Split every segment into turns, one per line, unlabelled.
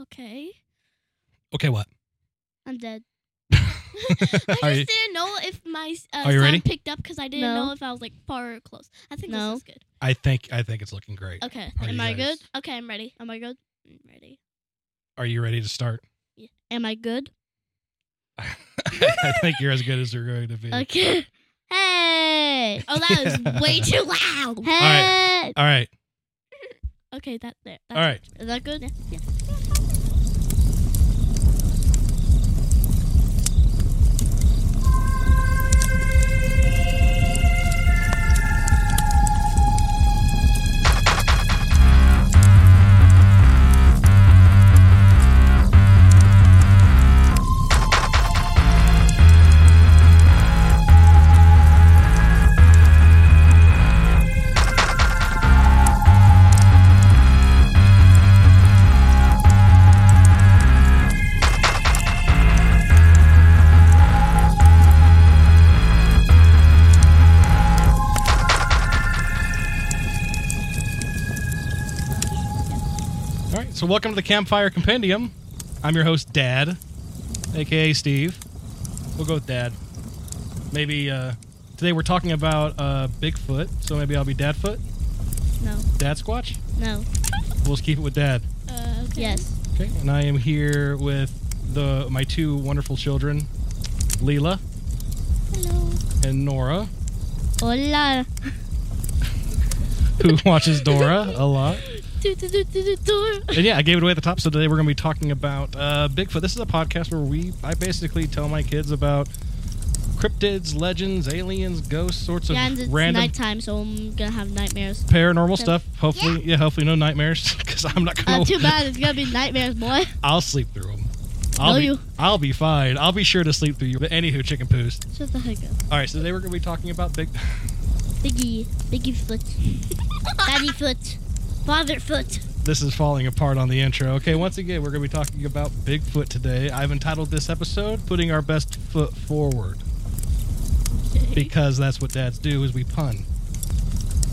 Okay.
Okay, what?
I'm dead. I
Are
just
you-
didn't know if my uh,
Are you
sound
ready?
picked up because I didn't
No.
know if I was like far or close. I think
No.
this is good.
I think I think it's looking great.
Okay.
Are
Am
you
I
guys-
good? Okay, I'm ready. Am I good? I'm ready.
Are you ready to start?
Am I good?
I think you're as good as you're going to be.
Okay. Hey. Oh, that was way too loud.
Hey,
right. All right.
Okay, that there.
All right.
Is that good? Yeah.
All right. So welcome to the Campfire Compendium. I'm your host, Dad, aka Steve. We'll go with Dad. Maybe uh, today we're talking about uh, Bigfoot, so maybe I'll be Dadfoot,
No.
Dad Squatch.
No.
We'll just keep it with Dad.
Uh, okay.
Yes.
Okay. And I am here with the my two wonderful children, Leela
Hello.
and Nora,
Hola.
who watches Dora a lot.
Do, do, do, do, do, do.
and yeah, I gave it away at the top. So today we're going to be talking about uh, Bigfoot. This is a podcast where we I basically tell my kids about cryptids, legends, aliens, ghosts, sorts of
Yeah, and it's
random
nighttime, so I'm gonna have nightmares.
paranormal stuff. Hopefully, yeah. hopefully no nightmares because I'm not
Uh,
going.
too
to
bad. It's gonna be nightmares, boy.
I'll sleep through them. I'll
No,
be,
you-
I'll be fine. I'll be sure to sleep through you. But anywho, chicken poos.
Shut the heck up.
All right, so today we're going to be talking about big.
Biggie. Biggie foot. Daddy foot. Father foot.
This is falling apart on the intro. Okay, once again, we're going to be talking about Bigfoot today. I've entitled this episode "Putting Our Best Foot Forward" because that's what dads do is we pun.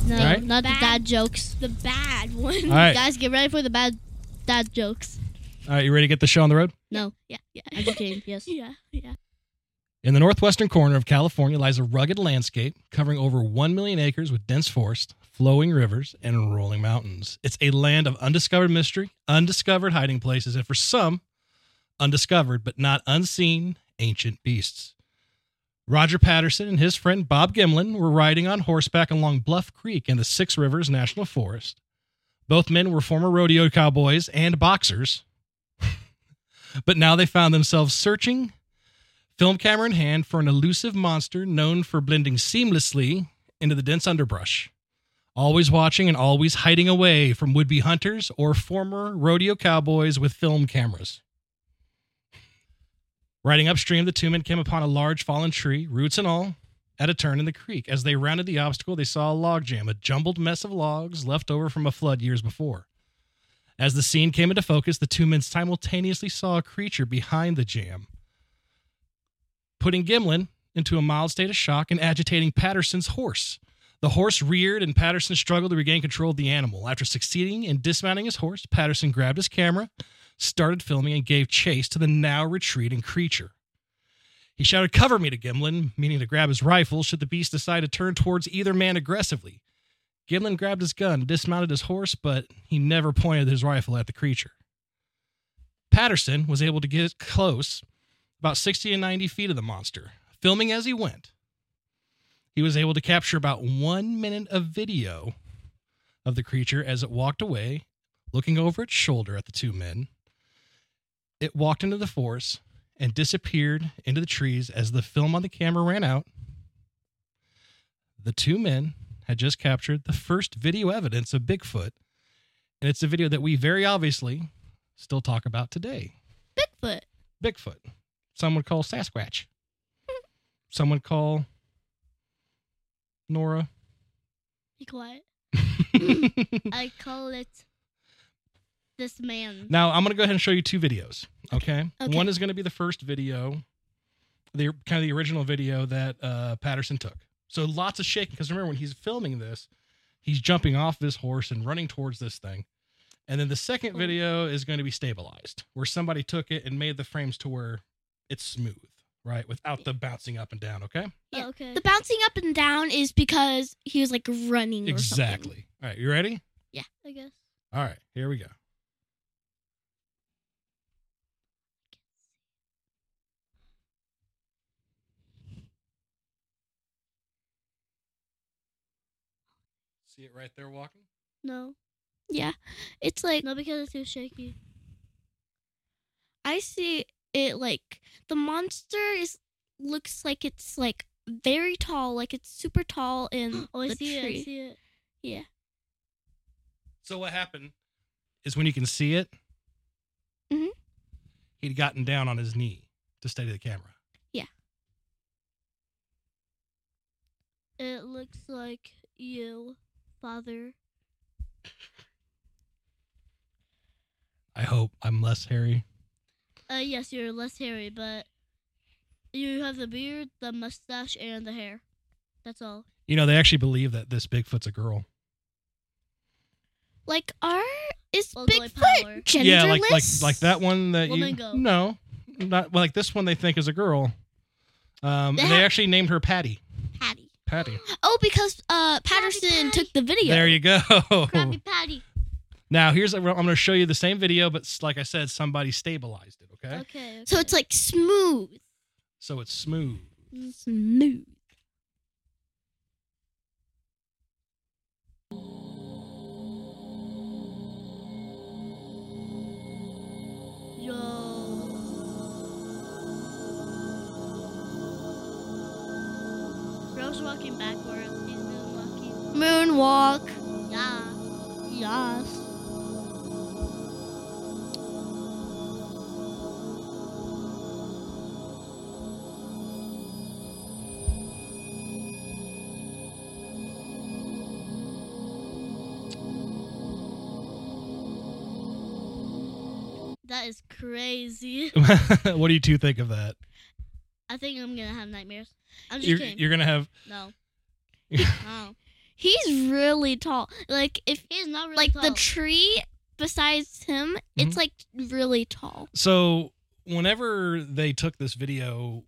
No,
Right?
not the
Bad-
dad jokes.
The bad one.
All right.
Guys, get ready for the bad dad jokes.
All right, you ready to get the show on the road?
No,
Yeah, yeah,
I'm just kidding. Yes.
yeah, yeah.
In the northwestern corner of California lies a rugged landscape covering over 1 million acres with dense forest, flowing rivers, and rolling mountains. It's a land of undiscovered mystery, undiscovered hiding places, and for some, undiscovered but not unseen ancient beasts. Roger Patterson and his friend Bob Gimlin were riding on horseback along Bluff Creek in the Six Rivers National Forest. Both men were former rodeo cowboys and boxers, but now they found themselves searching film camera in hand for an elusive monster known for blending seamlessly into the dense underbrush. Always watching and always hiding away from would be hunters or former rodeo cowboys with film cameras. Riding upstream, the two men came upon a large fallen tree, roots and all, at a turn in the creek. As they rounded the obstacle, they saw a log jam, a jumbled mess of logs left over from a flood years before. As the scene came into focus, the two men simultaneously saw a creature behind the jam putting Gimlin into a mild state of shock and agitating Patterson's horse. The horse reared, and Patterson struggled to regain control of the animal. After succeeding in dismounting his horse, Patterson grabbed his camera, started filming, and gave chase to the now retreating creature. He shouted, Cover me to Gimlin, meaning to grab his rifle should the beast decide to turn towards either man aggressively. Gimlin grabbed his gun, dismounted his horse, but he never pointed his rifle at the creature. Patterson was able to get close, about 60 to 90 feet of the monster, filming as he went. He was able to capture about one minute of video of the creature as it walked away, looking over its shoulder at the two men. It walked into the forest and disappeared into the trees as the film on the camera ran out. The two men had just captured the first video evidence of Bigfoot, and it's a video that we very obviously still talk about today.
Bigfoot.
Bigfoot. Some would call Sasquatch. Some would call Nora.
Be quiet. I call it this man.
now I'm gonna go ahead and show you two videos. Okay.
Okay.
One is gonna be the first video, the kind of the original video that uh, Patterson took. So lots of shaking because remember when he's filming this, he's jumping off this horse and running towards this thing, And then the second
Cool.
video is going to be stabilized, where somebody took it and made the frames to where it's smooth, right? Without the bouncing up and down, okay?
Yeah.
Oh, okay.
The bouncing up and down is because he was like running. or something.
Exactly. All right, you ready?
Yeah.
I guess.
All right, here we go. See it right there walking?
No.
Yeah. It's like
No, because it's too shaky.
I see it like the monster is looks like it's like very tall, like it's super tall in
Oh, I
the
see
tree.
it. I see it.
So what happened is when you can see it,
Mhm.
he'd gotten down on his knee to steady the camera.
It looks like you, father.
I hope I'm less hairy.
Uh, yes, you're less hairy, but you have the beard, the mustache, and the hair. That's all.
You know, they actually believe that this Bigfoot's a girl.
Like our is
Well, the way power.
Bigfoot genderless?
Yeah, like like like that one that you
Flamingo.
no, not well, like this one they think is a girl. Um, and
That-
they actually named her Patty.
Patty.
Patty.
Oh, because uh Patterson
Patty.
took the video.
There you go.
Krabby Patty.
Now here's I'm going to show you the same video, but s- like I said, somebody stabilized it. Okay,
Okay. okay.
So it's like smooth.
so it's smooth.
Smooth.
Yo. Bro's walking backwards. He's been lucky.
Moonwalk.
Yeah. Yes. That is crazy.
what do you two think of that?
I think I'm gonna have nightmares. I'm just
You're,
kidding.
you're gonna have
no. no.
He's really tall. Like if
He's not really
like
tall.
the tree besides him, it's
Mm-hmm.
like really tall.
so whenever they took this video,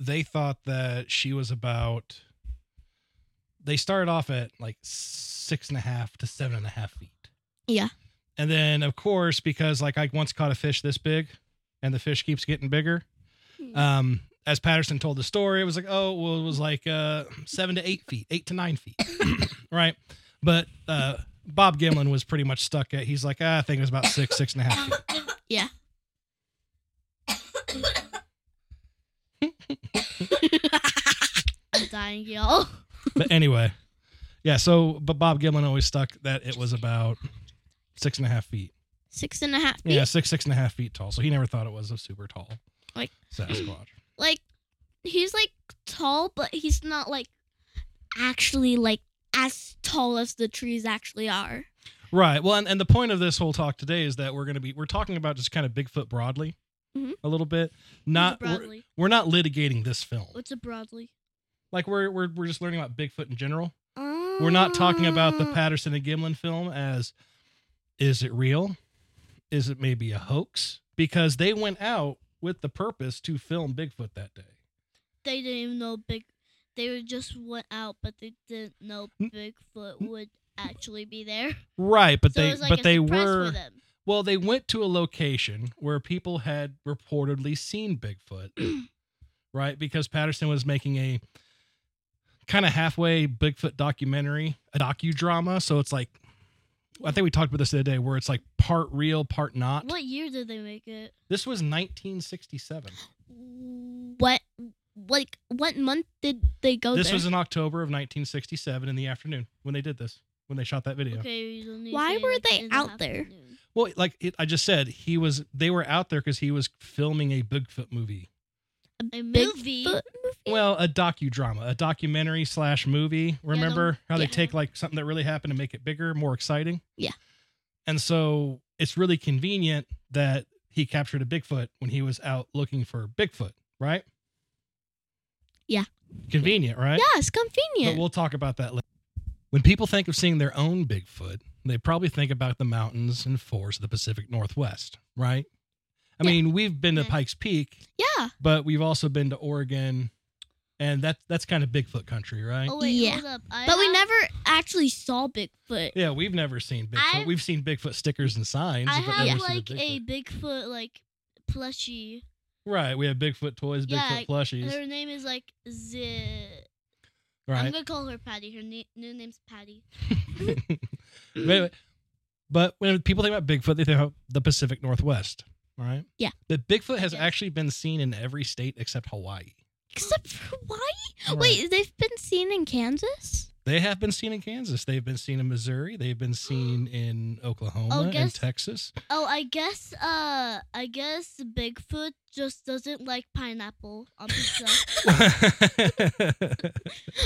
they thought that she was about. They started off at like six and a half to seven and a half feet.
Yeah.
And then, of course, because like I once caught a fish this big, and the fish keeps getting bigger.
Hmm.
Um, as Patterson told the story, it was like, oh, well, it was like uh, seven to eight feet, eight to nine feet, right? But uh, Bob Gimlin was pretty much stuck at. He's like, ah, I think it was about six, six and a half. Feet.
I'm dying, y'all.
But anyway, yeah. So, but Bob Gimlin always stuck that it was about six and a half feet.
Six and a half feet.
Yeah, six, six and a half feet tall. So he never thought it was a super tall
Like-
Sasquatch.
Like
He's like tall, but he's not like
actually like as tall as the trees actually are.
Right. Well, and, and the point of this whole talk today is that we're going to be we're talking about just kind of Bigfoot broadly,
Mhm.
a little bit. Not
What's a
we're,
broadly.
we're not litigating this film.
What's a broadly?
Like we're we're we're just learning about Bigfoot in general. We're not talking about the
Mm. Um,
Uh,
Patterson and Gimlin film as is it real? Is it maybe a hoax? Because they went out with the purpose to film Bigfoot that day.
They didn't even know big. They were just went out, but they didn't know
N-
Bigfoot would actually be there.
Right, but
so
they
it was like
but
a
they
surprise
were
for them.
Well, they went to a location where people had reportedly seen Bigfoot, right? Because Patterson was making a kind of halfway Bigfoot documentary, a docudrama. So it's like, I think we talked about this the other day, where it's like part real, part not.
What year did they make it?
This was 1967.
what like what month did they go
this
there?
was in October of 1967 in the afternoon when they did this, when they shot that video.
Okay, you don't need
Why
to say,
were
like,
they
in the
out there?
afternoon.
Well, like it, I just said, he was. They were out there because he was filming a Bigfoot movie.
A
Bigfoot
movie.
movie?
Well, a docudrama, a documentary slash movie. Remember how they
yeah.
take like something that really happened and make it bigger, more exciting?
Yeah.
And so it's really convenient that he captured a Bigfoot when he was out looking for Bigfoot, right?
Yeah.
Convenient, right?
Yeah, it's convenient.
But we'll talk about that later. When people think of seeing their own Bigfoot, They probably think about the mountains and forests of the Pacific Northwest, right? I
Yeah.
mean, we've been to
Mhm.
Pikes Peak,
Yeah.
but we've also been to Oregon, and that that's kind of Bigfoot country, right?
Oh wait,
Yeah.
hold up. I
But we
have-
never actually saw Bigfoot.
Yeah, we've never seen Bigfoot.
I've-
we've seen Bigfoot stickers and signs.
I
but
have
never seen
like a Bigfoot like plushie.
Bigfoot. right. We have Bigfoot toys, Bigfoot
Yeah,
plushies,
Her name is like Zit.
right?
I'm gonna call her Patty. Her na- new name's Patty.
But- but when people think about Bigfoot, they think about the Pacific Northwest, all right?
Yeah.
But Bigfoot has
Yeah.
actually been seen in every state except Hawaii.
Except for Hawaii?
Right.
Wait, they've been seen in Kansas?
They have been seen in Kansas. They've been seen in Missouri. They've been seen in Oklahoma and
guess-
Texas.
Oh, I guess uh, I guess Bigfoot just doesn't like pineapple on pizza.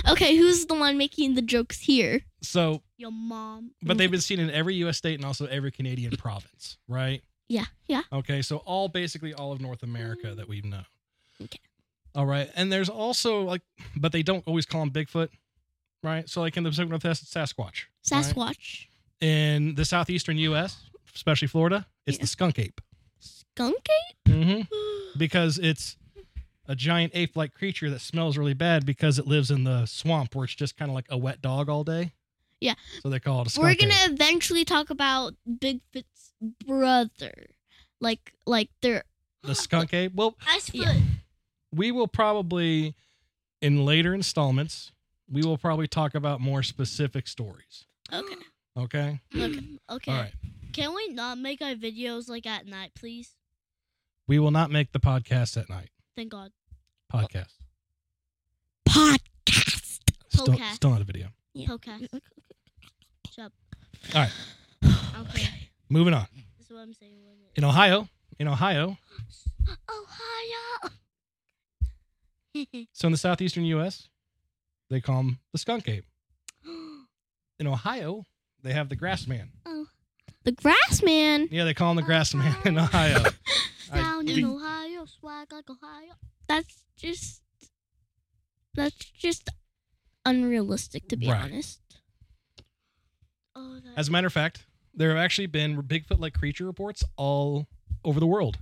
Okay, who's the one making the jokes here?
so,
Your mom.
but they've been seen in every U.S. state and also every Canadian province, right?
Yeah, yeah.
Okay, so all basically all of North America that we know.
Okay.
All right, and there's also like, but they don't always call him Bigfoot, right? So like in the Pacific Northwest, it's Sasquatch. right?
Sasquatch.
In the southeastern U.S., especially Florida, it's
Yeah.
the skunk ape.
Skunk
Mm-hmm.
ape?
Because it's a giant ape-like creature that smells really bad because it lives in the swamp where it's just kind of like a wet dog all day.
Yeah.
So they call it a skunk
We're going
ape.
to eventually talk about Bigfoot's brother. Like like their
The skunk ape. Well,
Icefoot.
Yeah.
we will probably in later installments we will probably talk about more specific stories
Okay.
okay
Okay. okay.
all right
Can we not make our videos like at night, please?
we will not make the podcast at night
Thank God.
podcast
podcast.
still,
Podcast.
still not a video
Yeah.
Okay. Shut up.
All right.
Okay.
moving on
That's what I'm saying. wasn't it?
in ohio in ohio
Ohio.
so in the southeastern us they call him the skunk ape in ohio they have the grass man
The grass man.
yeah they call him the grass man in ohio I-
Oh. Down
we-
in Ohio, swag like Ohio.
That's just that's just unrealistic to be
Right. Uh,
honest.
Oh, that
as a matter of fact there have actually been bigfoot like creature reports all over the world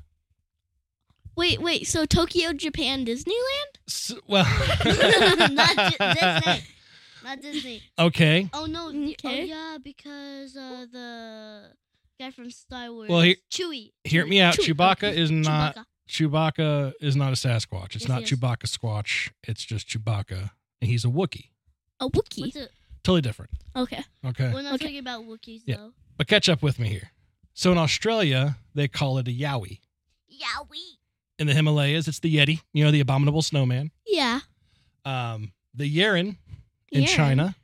Wait, wait. So Tokyo, Japan, Disneyland?
S- well
not Di- Disney. Not Disney.
okay
Oh no. the- Oh
Okay.
yeah, because uh, the guy from Star Wars.
Well, he-
Chewie.
Hear me out.
Chew-
Chewbacca
oh,
is not
Chewbacca.
Chewbacca. is not a Sasquatch. It's
Yes,
not
he is.
Chewbacca Squatch. It's just Chewbacca, and he's a Wookiee.
A Wookiee.
What's it?
Totally different.
Okay.
Okay,
We're not
Okay.
talking about Wookiees
Yeah.
though.
but catch up with me here. So in Australia, they call it a Yowie.
Yowie.
In the Himalayas, it's the Yeti. You know, the abominable snowman.
Yeah.
Um, the Yeren in
Yeah.
China.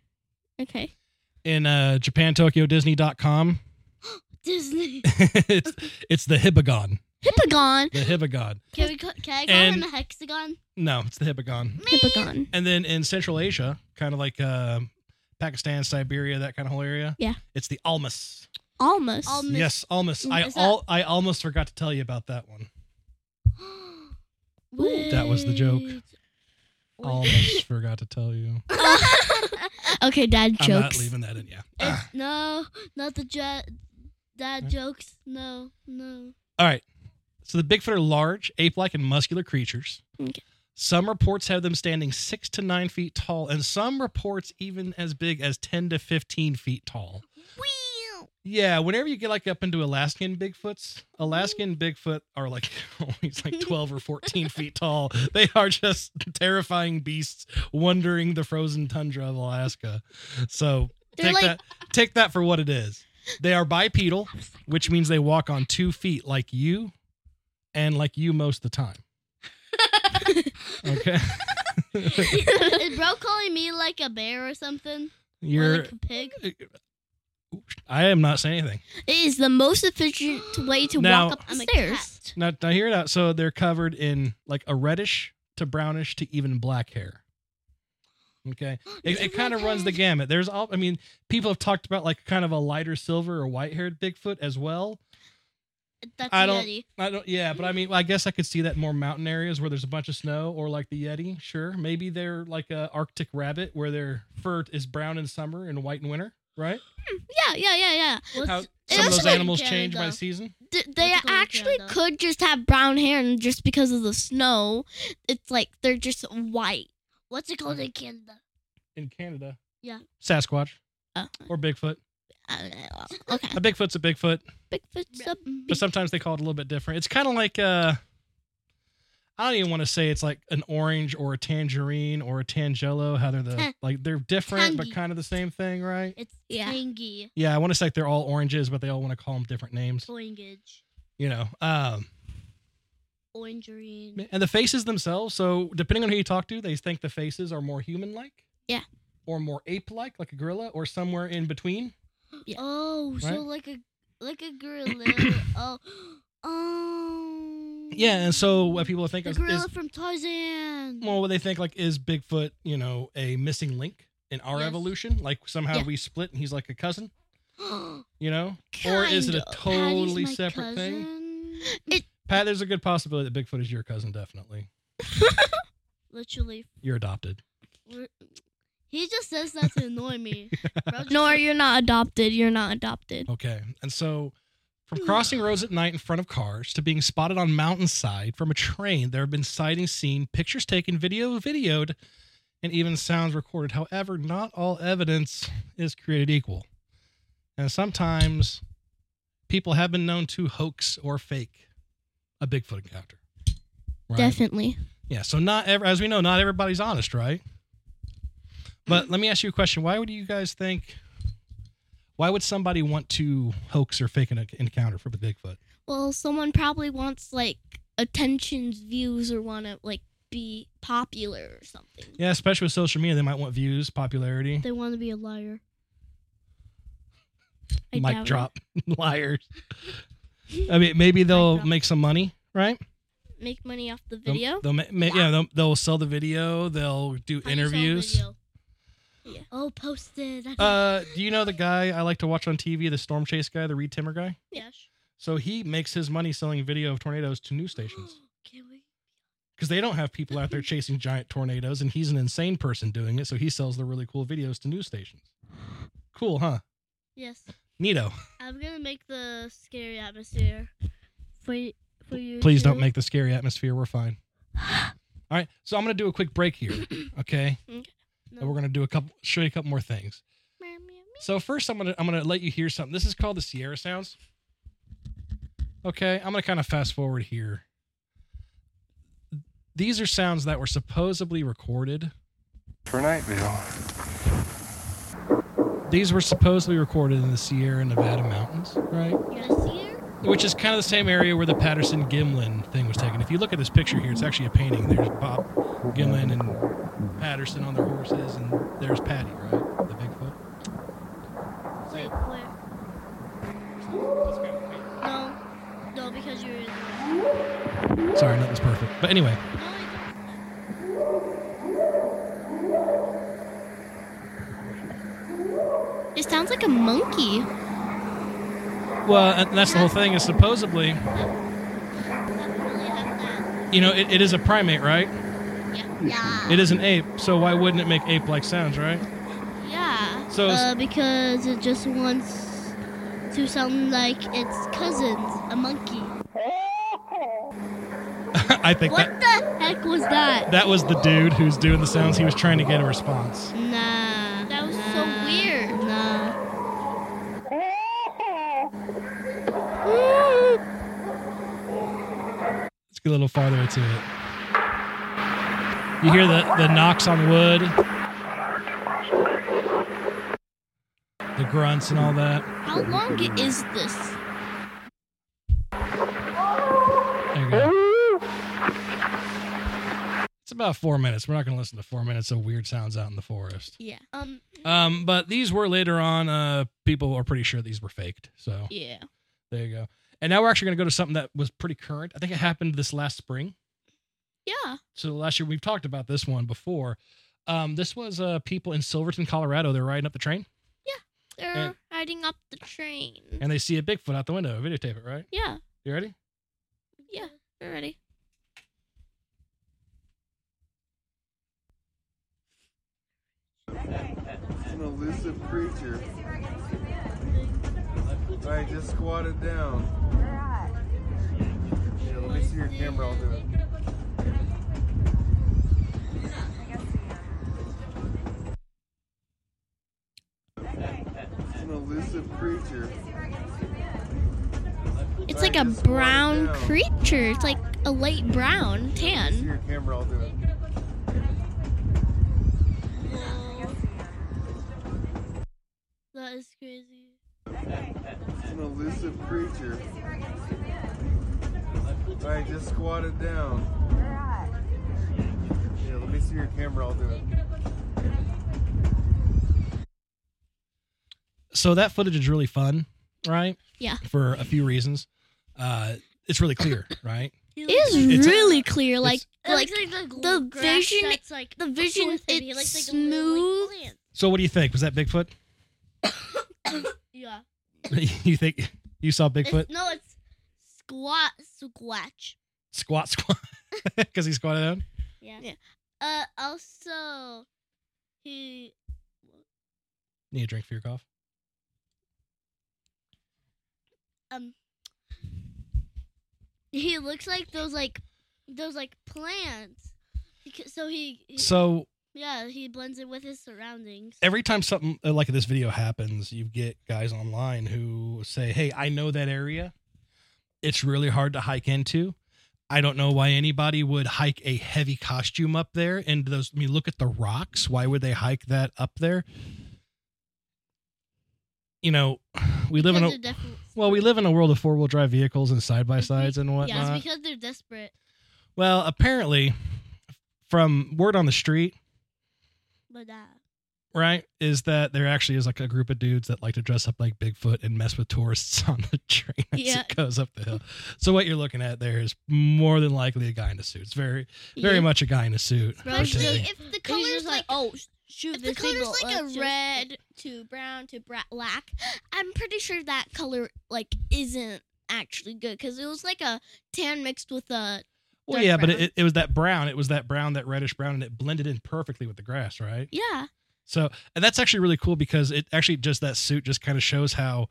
Okay.
In uh, Japan, Tokyo, Disney.com,
Disney.
it's it's the Hibagon.
Hippagon.
The Hibagon.
Can we? ca- Can I call
And-
him a hexagon?
No, it's the Hibagon.
Hippagon.
And then in Central Asia, kind of like uh, Pakistan, Siberia, that kind of whole area.
Yeah.
It's the Almas.
Almost.
Alm- Almas.
Yes, Almas.
Mm,
I
is that-
all I almost forgot to tell you about that one. That was the joke.
Wait.
Almost forgot to tell you.
Uh,
okay, dad jokes.
I'm not leaving that in. Yeah. Ah.
It's- no, not the jo- dad
Huh?
jokes. No, no.
All right. So the Bigfoot are large, ape-like, and muscular creatures.
Okay.
Some reports have them standing six to nine feet tall, and some reports even as big as ten to fifteen feet tall. Yeah, whenever you get like up into Alaskan Bigfoots, Alaskan Bigfoot are like always like 12 or 14 feet tall. They are just terrifying beasts wandering the frozen tundra of Alaska. So
They're
take
like-
that take that for what it is. They are bipedal, which means they walk on two feet like you and like you most of the time. okay.
Is bro calling me like a bear or something? or
You're
like a pig?
I am not saying anything.
It is the most efficient way to
Now-
walk up the
I'm a
stairs.
cat.
Now, now hear it out. So they're covered in like a reddish to brownish to even black hair. Okay, it,
Even
it kind of
black
runs the
hair.
gamut. There's all. I mean, people have talked about like kind of a lighter silver or white haired Bigfoot as well.
That's
I
I
don't-
Yeti.
I don't. Yeah, but I mean, I guess I could see that in more mountain areas where there's a bunch of snow or like the Yeti. Sure, maybe they're like a Arctic rabbit where their fur is brown in summer and white in winter. right?
Yeah, yeah, yeah, yeah.
What's-
How
It
some of
also
those
might-
animals
Karen,
change by
though.
season.
D- they
What's going on,
actually
Canada?
could just have brown hair, and just because of the snow, it's like they're just white.
What's it called in Canada?
In Canada.
Yeah.
Sasquatch
Oh,
Uh,
or Bigfoot.
Uh, okay.
A Bigfoot's a Bigfoot,
Bigfoot's a
but sometimes they call it a little bit different. It's kind of like uh I don't even want to say it's like an orange or a tangerine or a tangelo, how they're the
Huh.
like they're different but
Tangy.
kind of the same thing, right?
It's
Yeah.
tangy
Yeah, I want to say like they're all oranges, but they all want to call them different names,
twingage,
you know. Um
orangerine.
and the faces themselves, so depending on who you talk to, they think the faces are more human-like.
Yeah.
Or more ape-like like a gorilla or somewhere in
Mm-hmm.
between.
Yeah.
Oh,
Right?
so like a like a gorilla. oh, oh.
Yeah, and so what people think
the
is,
gorilla
is
from Tarzan.
well, what they think like is Bigfoot, you know, a missing link in our
Yes.
evolution? Like somehow
Yeah.
we split and he's like a cousin, you know? or is it
Kind
a
of.
totally separate thing?
thing.
Pat, there's a good possibility that Bigfoot is your cousin. Definitely,
Literally,
you're adopted.
r- he just says that to annoy me. Bro, just-
Nor you're not adopted. You're not adopted.
Okay, and so from crossing roads at night in front of cars to being spotted on mountainside from a train, there have been sightings seen, pictures taken, video videoed, and even sounds recorded. However, not all evidence is created equal, and sometimes people have been known to hoax or fake a Bigfoot encounter. Right?
Definitely.
Yeah. So not ever, as we know, not everybody's honest, right? But let me ask you a question. Why would you guys think? Why would somebody want to hoax or fake an enc- encounter for the Bigfoot?
Well, someone probably wants like attention, views, or want to like be popular or something.
Yeah, especially with social media, they might want views, popularity,
They want to be a liar.
I doubt
mic
it.
drop, liars. I mean, maybe they'll
drop.
make some money, right?
Make money off the
They'll-
video.
They'll, ma- ma- yeah, they'll, they'll sell the video. Theyll do
How do you sell a
interviews.
video?
Yeah.
Oh, posted. I
Uh, do you know the guy I like to watch on TV, the Storm Chase guy, the Reed Timmer guy?
yeah.
So he makes his money selling video of tornadoes to news stations.
Can we?
because they don't have people out there chasing giant tornadoes, and he's an insane person doing it, so he sells the really cool videos to news stations. Cool, huh?
Yes.
Neato.
I'm gonna make the scary atmosphere for y- for you.
Please
two.
don't make the scary atmosphere. We're fine. All right, so I'm gonna do a quick break here, okay?
No.
And we're gonna do a couple, show you a couple more things. So first, I'm gonna I'm gonna let you hear something. This is called the Sierra sounds. Okay, I'm gonna kind of fast forward here. These are sounds that were supposedly recorded
For Nightville.
These were supposedly recorded in the Sierra Nevada mountains, right?
Yes, here.
Which is kind of the same area where the Patterson Gimlin thing was taken. If you look at this picture here, it's actually a painting. There's Bob Gimlin and Patterson on their horses, and there's Patty, right? The Bigfoot.
Wait, where? No, no, because you're. In the way.
Sorry, nothing's perfect. But anyway,
No, Oh, I don't.
It sounds like a monkey.
well, and that's the whole thing. Is supposedly,
That really have
you know, it, it is a primate, right?
that. Yeah. Yeah.
It is an ape, so why wouldn't it make ape-like sounds, right?
Yeah.
So it's-
Uh, because it just wants to sound like its cousins, a monkey.
I think that
What the heck was that?
that was the dude who's doing the sounds. He was trying to get a response.
Nah.
That was so
nah,
weird.
Nah.
Let's get a little farther into it. You hear the, the knocks on wood, the grunts, and all that.
How long is this?
There you go. It's about four minutes. We're not going to listen to four minutes of weird sounds out in the forest.
Yeah.
Um.
Um, but these were later on. Uh, people are pretty sure these were faked. So
Yeah.
there you go. And now we're actually going to go to something that was pretty current. I think it happened this last spring.
Yeah.
so last year we've talked about this one before. Um, this was uh, people in Silverton, Colorado. They're riding up the train
They're
And-
riding up the train.
and they see a Bigfoot out the window. Videotape it, right?
yeah.
You ready?
Yeah. We're ready.
an elusive creature. All right, just squat it down. Yeah, let me see your camera. I'll do it. It's an elusive creature.
It's like a brown creature. It's like a light brown,
Let me see
tan.
your camera. I'll do it.
That is crazy.
It's an elusive creature. All right, just squat it down. Yeah, let me see your camera. I'll do it.
So that footage is really fun, right?
Yeah.
For a few reasons. Uh, it's really clear, right?
He
It is
It's-
really clear. Like
It
like
looks like the,
the
grass
vision-
That's like
the vision.
before him. He
It's
looks like a little,
smooth.
like, plant.
So what do you think? Was that Bigfoot?
Yeah.
you think you saw Bigfoot?
It's, no, it's squat squatch.
Squat, squat. Because he squatted down?
Yeah.
Yeah.
Uh, also, he
Need a drink for your cough?
um he looks like those like those like plants. Because- So he, he
So
yeah he blends in with his surroundings.
every time something uh, like this video happens, you get guys online who say, Hey, I know that area. It's really hard to hike into. I don't know why anybody would hike a heavy costume up there. And those, I mean, look at the rocks. Why would they hike that up there? You know, we live in
Because
a
they're defi-
well, we live in a world of four wheel drive vehicles and side by sides and whatnot.
yeah, it's because they're desperate.
well, apparently, from word on the street,
But uh,
right, is that there actually is like a group of dudes that like to dress up like Bigfoot and mess with tourists on the train as
Yeah.
it goes up the hill. So what you're looking at there is more than likely a guy in a suit. It's very, very
Yeah.
much a guy in a suit.
Especially
pretending.
if the
he's
color's
just
like,
oh sh- shoot,
if the
there's people,
color's like
let's
a
just-
red to brown to bra- black, I'm pretty sure that color like isn't actually good because it was like a tan mixed with a
Well,
dark
yeah, but
brown.
it, it was that brown. It was that brown, that reddish brown, and it blended in perfectly with the grass, right?
yeah.
So, and that's actually really cool because it actually just that suit just kind of shows how,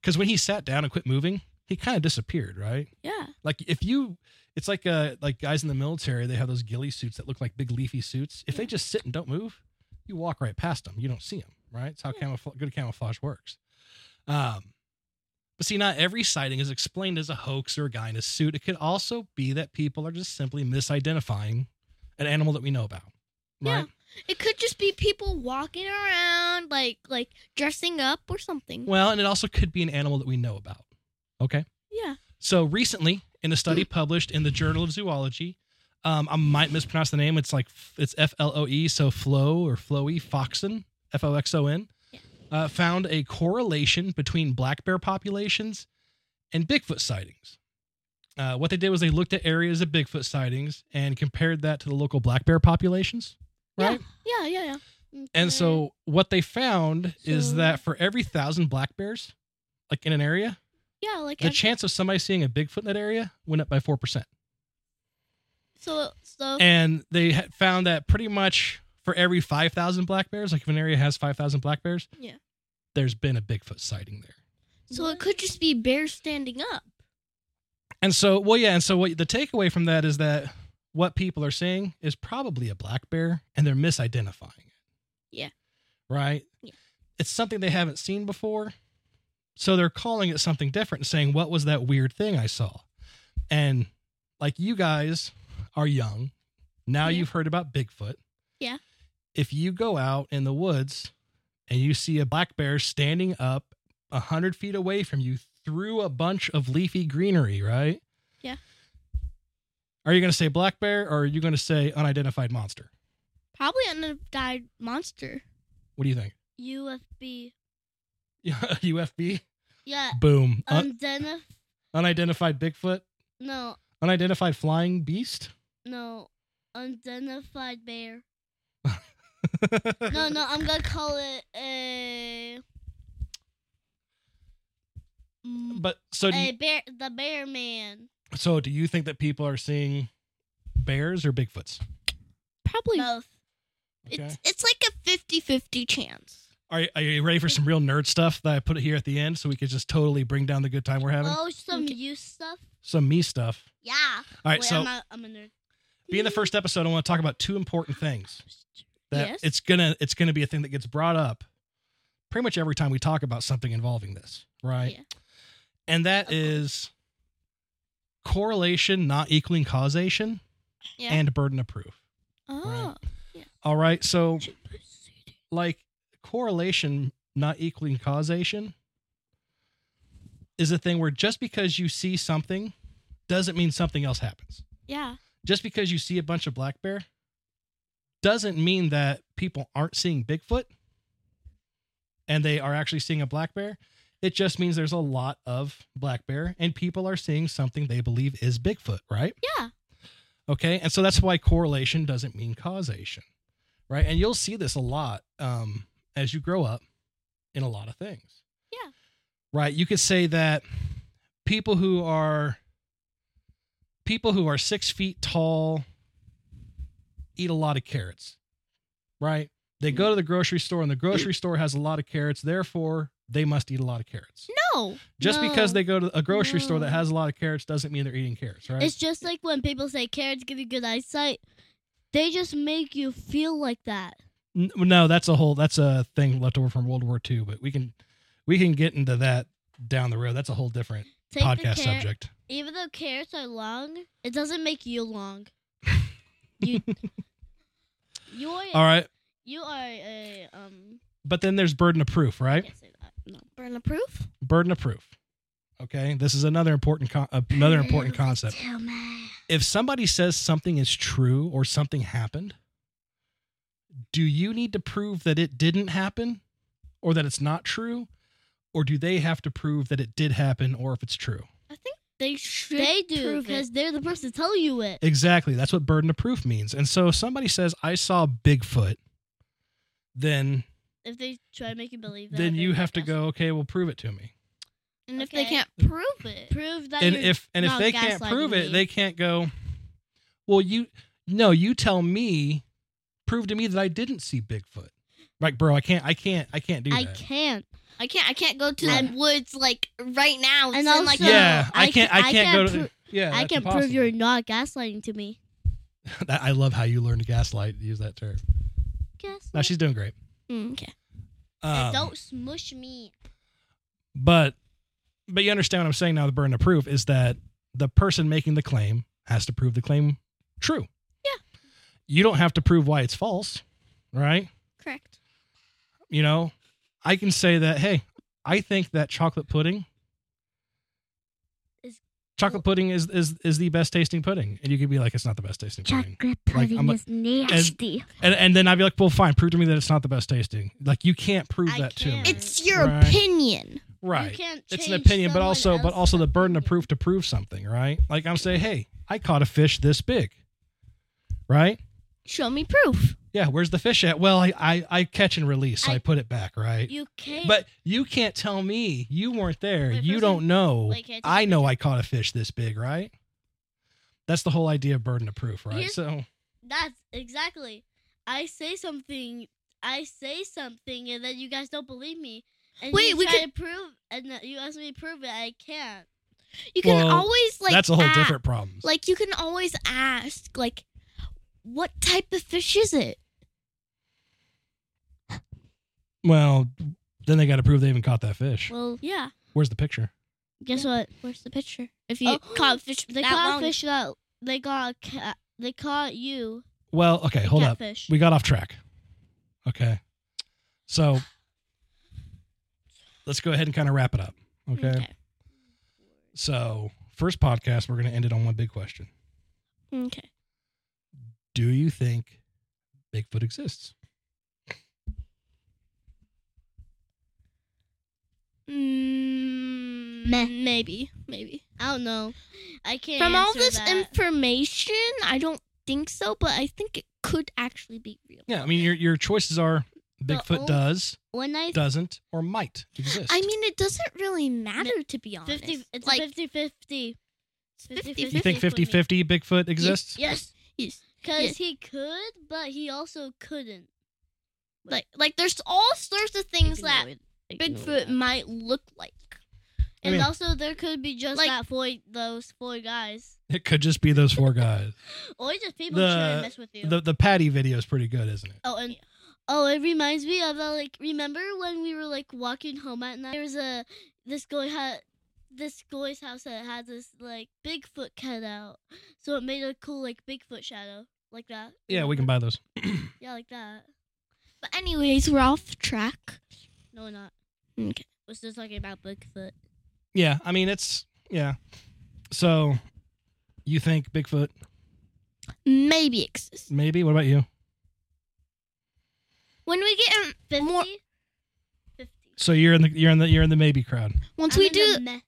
because when he sat down and quit moving, he kind of disappeared, right?
Yeah.
Like if you, it's like uh like guys in the military, they have those ghillie suits that look like big leafy suits. If they just sit and don't move, you walk right past them. You don't see them, right? It's how camoufla- good camouflage works. Um, but see, not every sighting is explained as a hoax or a guy in a suit. It could also be that people are just simply misidentifying an animal that we know about,
Yeah.
right?
It could just be people walking around like like dressing up or something.
Well, and it also could be an animal that we know about. Okay.
Yeah.
So recently, in a
Mm.
study published in the Journal of Zoology, um, I might mispronounce the name. It's like it's F L O E, so flow or flowy foxen, F O X O N,
Yeah.
uh, found a correlation between black bear populations and Bigfoot sightings. Uh, what they did was they looked at areas of Bigfoot sightings and compared that to the local black bear populations, right?
Yeah, yeah, yeah.
And
Mm.
so what they found is
So-
that for every thousand black bears, like in an area,
Yeah, like
the
I've-
chance of somebody seeing a Bigfoot in that area went up by four percent.
so so
And they had found that pretty much for every five thousand black bears, like if an area has five thousand black bears,
Yeah.
there's been a Bigfoot sighting there.
so it could just be bears standing up.
And so, well, yeah, and so what the takeaway from that is that what people are seeing is probably a black bear, and they're misidentifying it.
Yeah.
Right.
Yeah.
It's something they haven't seen before, so they're calling it something different and saying, "What was that weird thing I saw?" And like you guys are young, now
Yeah.
you've heard about Bigfoot.
Yeah.
If you go out in the woods and you see a black bear standing up a hundred feet away from you through a bunch of leafy greenery, right?
Yeah.
Are you going to say black bear or are you going to say unidentified monster?
Probably an died monster.
What do you think?
UFB.
UFB?
Yeah.
Boom.
Um,
Un-
Undenif-
unidentified Bigfoot?
no,
Unidentified flying beast?
no, unidentified bear. No, no, I'm gonna call it a. Mm,
But so do
a
you,
bear, the bear man.
so do you think that people are seeing bears or Bigfoots?
Probably
Both.
Okay.
It's it's like a 50-50 chance.
Are you, are you ready for some real nerd stuff that I put here at the end so we could just totally bring down the good time we're having?
Oh, some
Okay.
use stuff.
Some me stuff.
Yeah.
All right,
Wait,
so
I'm a, uh, I'm a nerd.
being the first episode, I want to talk about two important things. That
Yes.
it's gonna it's gonna be a thing that gets brought up pretty much every time we talk about something involving this, right?
Yeah.
And that
Of course.
is correlation not equaling causation
Yeah.
and burden of proof.
Oh.
All right, so
Should I see
like correlation not equaling causation is a thing where just because you see something doesn't mean something else happens.
Yeah.
Just because you see a bunch of black bear doesn't mean that people aren't seeing Bigfoot and they are actually seeing a black bear. It just means there's a lot of black bear and people are seeing something they believe is Bigfoot, right?
Yeah.
Okay. And so that's why correlation doesn't mean causation, right? And you'll see this a lot um, as you grow up in a lot of things.
Yeah.
Right. You could say that people who are people who are six feet tall eat a lot of carrots, right? They go to the grocery store and the grocery store has a lot of carrots. Therefore, they must eat a lot of carrots.
No.
Just because
No.
they go to a grocery store that
No.
has a lot of carrots doesn't mean they're eating carrots, right?
It's just like when people say carrots give you good eyesight. They just make you feel like that.
N- No, that's a whole that's a thing left over from World War II, but we can we can get into that down the road. That's a whole different
Take the
podcast
carrot-
subject.
Even though carrots are long, it doesn't make you long. You. you are.
All right,
You are a um.
but then there's burden of proof,
I
right?
can't say that. No.
Burn the proof.
Burden of proof. Okay, this is another important con- uh, another important concept.
Tell me.
If somebody says something is true or something happened, do you need to prove that it didn't happen or that it's not true, or do they have to prove that it did happen or if it's true?
I think they should.
They do
prove it.
because they're the person to tell you it.
Exactly. That's what burden of proof means. And so if somebody says, I saw Bigfoot, then
If they try to make you believe that,
then
they're
you
not
have to
guessing.
go, okay, well prove it to me.
and if they
Okay.
can't prove it,
prove that.
And
you're
if and if
not
they can't
gaslighting
prove it,
me.
they can't go, Well, you no, you tell me, prove to me that I didn't see Bigfoot. Like, bro, I can't I can't I can't do
I
that.
can't.
I can't. I can't go to
Right.
the woods like right now.
And
And
also-
like,
No,
yeah, I
I
can't
ca-
I
I
can't
can't
go to
pro-
Yeah.
I
that's
can prove you're
impossible.
not gaslighting to me.
That- I love how you learn to gaslight use that term. Now
Gaslight.
she's doing great.
Mm, okay.
Um,
don't smush me.
But but you understand what I'm saying now. The burden of proof is that the person making the claim has to prove the claim true.
Yeah.
You don't have to prove why it's false, right?
Correct.
You know, I can say that, hey, I think that chocolate pudding
Is-
chocolate pudding is is is the best tasting pudding. And you could be like, it's not the best tasting pudding.
pudding
I'm a-
is nasty.
And and then I'd be like, well, fine, prove to me that it's not the best tasting. Like you can't prove
I
that
can't.
to me.
It's
It's your
Right.
opinion.
right.
You can't
it's an
change
opinion, but
someone
also but
else's
also the burden of
opinion.
proof to prove something, right? Like I'm saying, hey, I caught a fish this big, right?
Show me proof.
Yeah, where's the fish at? Well, I I, I catch and release, so I,
I-
put it back, right?
You can't.
but you can't tell me you weren't there.
Wait,
you
first
don't know.
wait, can I take
I
a
know I caught a fish this big, right? That's the whole idea of burden of proof, right?
Here's-
so
that's exactly. I say something. I say something, and then you guys don't believe me. And
Wait,
you
we
try to prove, and then you ask me to prove it. I can't.
You can
Well,
always like.
that's a
ah.
whole
a-
different problem.
Like you can always ask like, what type of fish is it?
well, then they got to prove they even caught that fish.
Well,
Yeah.
Where's the picture?
guess
Yeah.
what?
Where's the picture? If you
Oh,
caught fish,
They
that
caught
long-
fish that they got. Ca- they caught you.
Well, okay, hold up.
catfish.
we got off track. Okay. So let's go ahead and kind of wrap it up. Okay.
Okay.
So, first podcast, we're going to end it on one big question
Okay.
Do you think Bigfoot exists?
Mm,
Meh.
Maybe. Maybe.
I don't know. I can't.
From all
answer
this
that.
information, I don't think so, but I think it could actually be real.
Yeah. I mean, your, your choices are Bigfoot
only-
does,
when I
doesn't, or might exist.
I mean, it doesn't really matter to be honest.
50 it's
like,
a 50 50
you think
50
50 50 Bigfoot exists?
yes
yes,
because
Yes.
he could but he also couldn't
Like like there's all sorts of things that
Ignore it. Ignore
Bigfoot
that.
might look like.
I
And
mean-
also, there could be just
Like-
that four, those four guys,
It could just be those four guys.
or just people
The-
trying to mess with you.
the the Patty video is pretty good, isn't it?
oh, and oh, it reminds me of uh, like remember when we were like walking home at night? There was a this guy had this guy's house that had this like Bigfoot cut out, so it made a cool like Bigfoot shadow like that.
Yeah, we can buy those.
Yeah, like that.
But anyways, we're off track.
No, we're not.
Okay.
We're still talking about Bigfoot.
Yeah, I mean it's yeah. So you think Bigfoot?
Maybe exists.
Maybe. What about you?
When we get in,
50?
More-
50.
So you're in the you're in the you're in the maybe crowd.
once
I'm
we
in
do
the meh.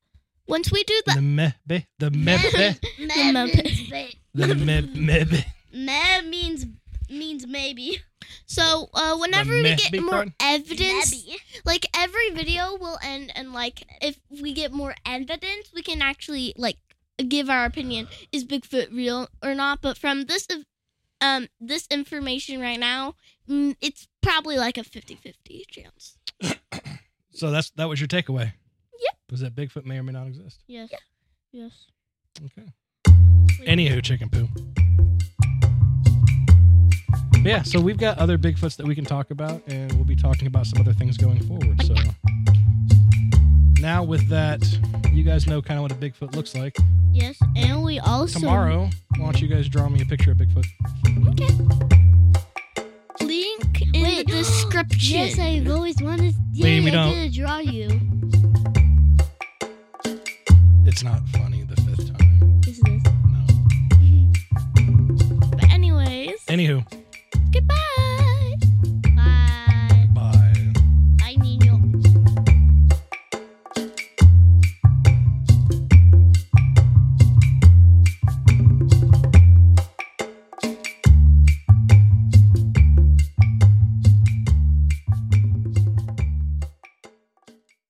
once we do
The
the
meh be- the meh be-
Meh
meh
means ba-
the meh meh be-
meh means means maybe.
so uh whenever we
meh
get
big
more
crowd?
evidence
Maybe.
like every video will end and like if we get more evidence we can actually like give our opinion is bigfoot real or not but from this of- um this information right now mm, it's probably like a 50-50 chance
So that's that was your takeaway. Yep. Was that Bigfoot may or may not exist?
Yes. Yes.
Okay. Anywho, chicken poo. But yeah, so we've got other Bigfoots that we can talk about, and we'll be talking about some other things going forward. So now with that, you guys know kind of what a Bigfoot looks like.
Yes, and we also
Tomorrow, why don't you guys draw me a picture of Bigfoot?
okay link in
Wait.
the description
Yes, I've always wanted. Yeah,
Wait, we
I
don't-
did draw you.
It's not funny the fifth time.
Yes, it is.
No.
but anyways
Anywho,
goodbye